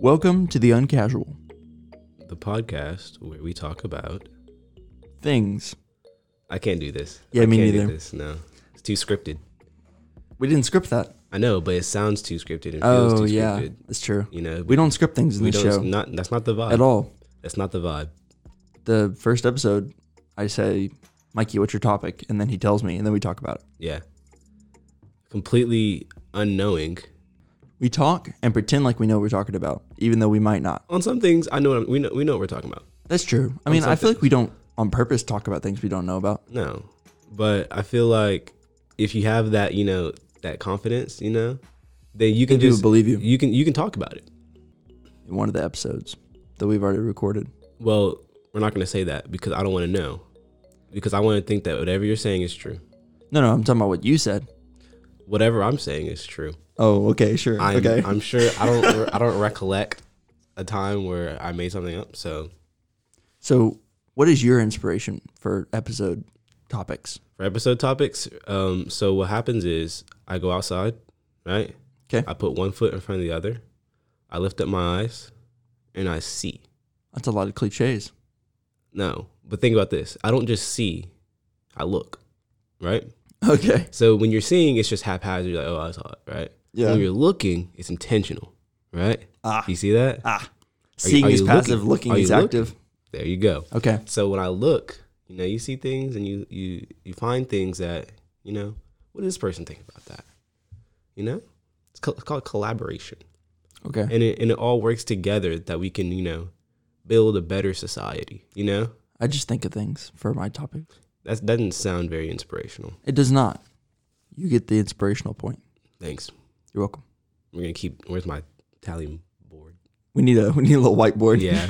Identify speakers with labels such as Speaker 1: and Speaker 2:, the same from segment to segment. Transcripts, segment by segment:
Speaker 1: Welcome to the Uncasual
Speaker 2: the podcast where we talk about.
Speaker 1: Things.
Speaker 2: I can't do this.
Speaker 1: Yeah,
Speaker 2: I
Speaker 1: me
Speaker 2: can't do
Speaker 1: neither.
Speaker 2: this, no, it's too scripted.
Speaker 1: We didn't script that.
Speaker 2: I know, but it sounds too scripted. It feels
Speaker 1: Oh
Speaker 2: too
Speaker 1: yeah,
Speaker 2: scripted.
Speaker 1: that's true.
Speaker 2: You know,
Speaker 1: We don't script things in
Speaker 2: we
Speaker 1: the
Speaker 2: don't.
Speaker 1: show
Speaker 2: Not that's not the vibe
Speaker 1: at all.
Speaker 2: That's not the vibe.
Speaker 1: The first episode, I say, Mikey, what's your topic? And then he tells me, and then we talk about it.
Speaker 2: Yeah, completely unknowing.
Speaker 1: We talk and pretend like we know what we're talking about, even though we might not.
Speaker 2: On some things, I know what I'm, we know. We know what we're talking about.
Speaker 1: That's true. I mean, I feel like we don't on purpose talk about things we don't know about.
Speaker 2: No, but I feel like if you have that, you know, that confidence, you know, then you can
Speaker 1: People
Speaker 2: just
Speaker 1: believe you.
Speaker 2: You can you can talk about it.
Speaker 1: In one of the episodes that we've already recorded.
Speaker 2: Well, we're not going to say that because I don't want to know. Because I want to think that whatever you're saying is true.
Speaker 1: No, no, I'm talking about what you said.
Speaker 2: Whatever I'm saying is true.
Speaker 1: Oh, okay, sure.
Speaker 2: I'm,
Speaker 1: okay.
Speaker 2: I'm sure I don't I don't recollect a time where I made something up. So
Speaker 1: so, what is your inspiration for episode topics?
Speaker 2: for episode topics, um, so what happens is I go outside, right?
Speaker 1: 'Kay.
Speaker 2: I put one foot in front of the other. I lift up my eyes, and I see.
Speaker 1: That's a lot of cliches.
Speaker 2: No, but think about this. I don't just see. I look, right?
Speaker 1: Okay.
Speaker 2: So when you're seeing, it's just haphazard. You're like, oh, I saw it, right?
Speaker 1: Yeah.
Speaker 2: When you're looking, it's intentional, right?
Speaker 1: Ah.
Speaker 2: You see that?
Speaker 1: Ah. Seeing
Speaker 2: are
Speaker 1: is
Speaker 2: you
Speaker 1: passive, looking,
Speaker 2: looking? Are
Speaker 1: is
Speaker 2: you looking?
Speaker 1: active.
Speaker 2: There you go.
Speaker 1: Okay.
Speaker 2: So when I look, you know, you see things and you you you find things that you know. What does this person think about that? You know, it's, co- it's called collaboration,
Speaker 1: Okay.
Speaker 2: and it and it all works together that we can you know build a better society. You know,
Speaker 1: I just think of things for my topics.
Speaker 2: that doesn't sound very inspirational.
Speaker 1: It does not. You get the inspirational point.
Speaker 2: Thanks.
Speaker 1: You're welcome.
Speaker 2: We're gonna keep. Where's my tally board?
Speaker 1: We need a we need a little whiteboard.
Speaker 2: Yeah.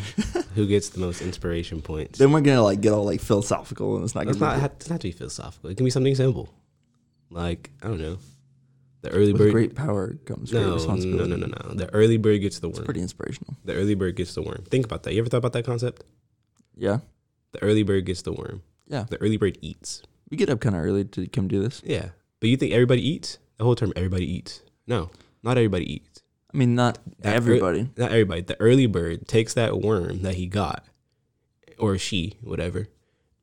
Speaker 2: Who gets the most inspiration points?
Speaker 1: Then we're gonna like get all like philosophical and it's not
Speaker 2: It's
Speaker 1: gonna
Speaker 2: not
Speaker 1: be
Speaker 2: have, doesn't have to be philosophical. It can be something simple, like I don't know, the early
Speaker 1: with
Speaker 2: bird.
Speaker 1: great power comes great
Speaker 2: no, no,
Speaker 1: responsibility.
Speaker 2: no, no, no. The early bird gets the worm.
Speaker 1: Pretty inspirational.
Speaker 2: The early bird gets the worm. Think about that. You ever thought about that concept?
Speaker 1: Yeah.
Speaker 2: The early bird gets the worm.
Speaker 1: Yeah.
Speaker 2: The early bird eats.
Speaker 1: We get up kinda early to come do this.
Speaker 2: Yeah, but you think everybody eats? The whole term everybody eats. No, not everybody eats.
Speaker 1: I mean not
Speaker 2: That ear-
Speaker 1: everybody.
Speaker 2: Not everybody. The early bird takes that worm that he got, or she, whatever,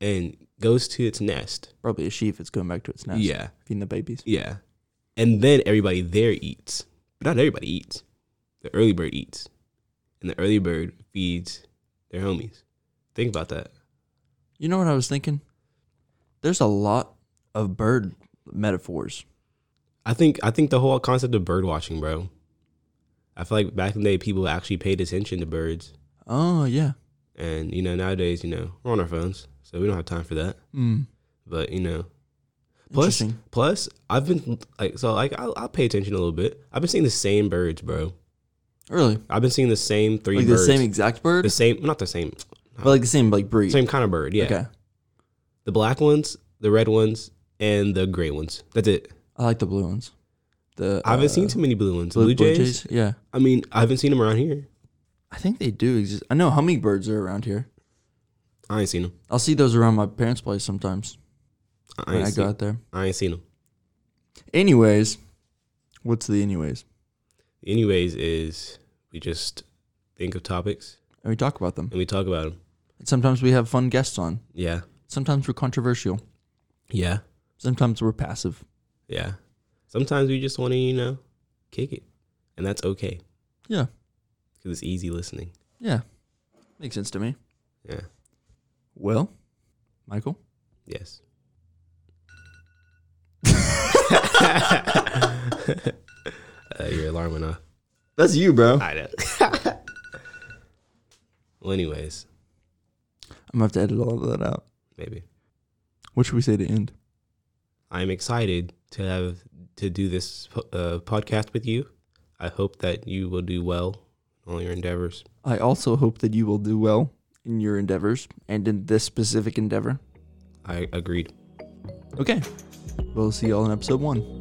Speaker 2: and goes to its nest.
Speaker 1: Probably a sheep it's going back to its nest.
Speaker 2: Yeah,
Speaker 1: Feeding the babies.
Speaker 2: yeah, and then everybody there eats, but not everybody eats. The early bird eats, and the early bird feeds their homies. Think about that.
Speaker 1: You know what I was thinking? There's a lot of bird metaphors.
Speaker 2: I think I think the whole concept of bird watching, bro. I feel like back in the day, people actually paid attention to birds,
Speaker 1: Oh yeah.
Speaker 2: and you know nowadays, you know we're on our phones, so we don't have time for that.
Speaker 1: Mm.
Speaker 2: But you know, plus
Speaker 1: Interesting.
Speaker 2: plus I've been like so like I I pay attention a little bit. I've been seeing the same birds, bro.
Speaker 1: Really?
Speaker 2: I've been seeing the same three
Speaker 1: Like
Speaker 2: birds,
Speaker 1: the same exact bird?
Speaker 2: the same not the same,
Speaker 1: but like the same like breed.
Speaker 2: same kind of bird. Yeah,
Speaker 1: Okay.
Speaker 2: the black ones, the red ones, and the gray ones. That's it.
Speaker 1: I like the blue ones. The
Speaker 2: I haven't
Speaker 1: uh,
Speaker 2: seen too many blue ones.
Speaker 1: blue,
Speaker 2: Blue,
Speaker 1: blue
Speaker 2: jays,
Speaker 1: jays. Yeah.
Speaker 2: I mean, I haven't seen them around here.
Speaker 1: I think they do exist. I know hummingbirds are around here.
Speaker 2: I ain't seen them.
Speaker 1: I'll see those around my parents' place sometimes
Speaker 2: I
Speaker 1: when
Speaker 2: ain't
Speaker 1: I
Speaker 2: seen
Speaker 1: go out there.
Speaker 2: I ain't seen them.
Speaker 1: Anyways, what's the anyways?
Speaker 2: Anyways, is we just think of topics
Speaker 1: And we talk about them.
Speaker 2: and we talk about them.
Speaker 1: Sometimes we have fun guests on.
Speaker 2: Yeah,
Speaker 1: Sometimes we're controversial.
Speaker 2: yeah,
Speaker 1: Sometimes we're passive.
Speaker 2: yeah. Sometimes we just want to, you know, kick it, and that's okay
Speaker 1: Yeah.
Speaker 2: because it's easy listening.
Speaker 1: Yeah. Makes sense to me.
Speaker 2: Yeah.
Speaker 1: Well, Michael,
Speaker 2: Yes. uh, your alarm went off.
Speaker 1: that's you, bro. I'm
Speaker 2: I know. well, anyways,
Speaker 1: gonna have to edit all of that out.
Speaker 2: maybe
Speaker 1: What should we say to end?
Speaker 2: I'm excited to have to do this po- uh, podcast with you. I hope that you will do well in all your endeavors.
Speaker 1: I also hope that you will do well in your endeavors and in this specific endeavor.
Speaker 2: I agreed.
Speaker 1: Okay. We'll see y'all in episode one.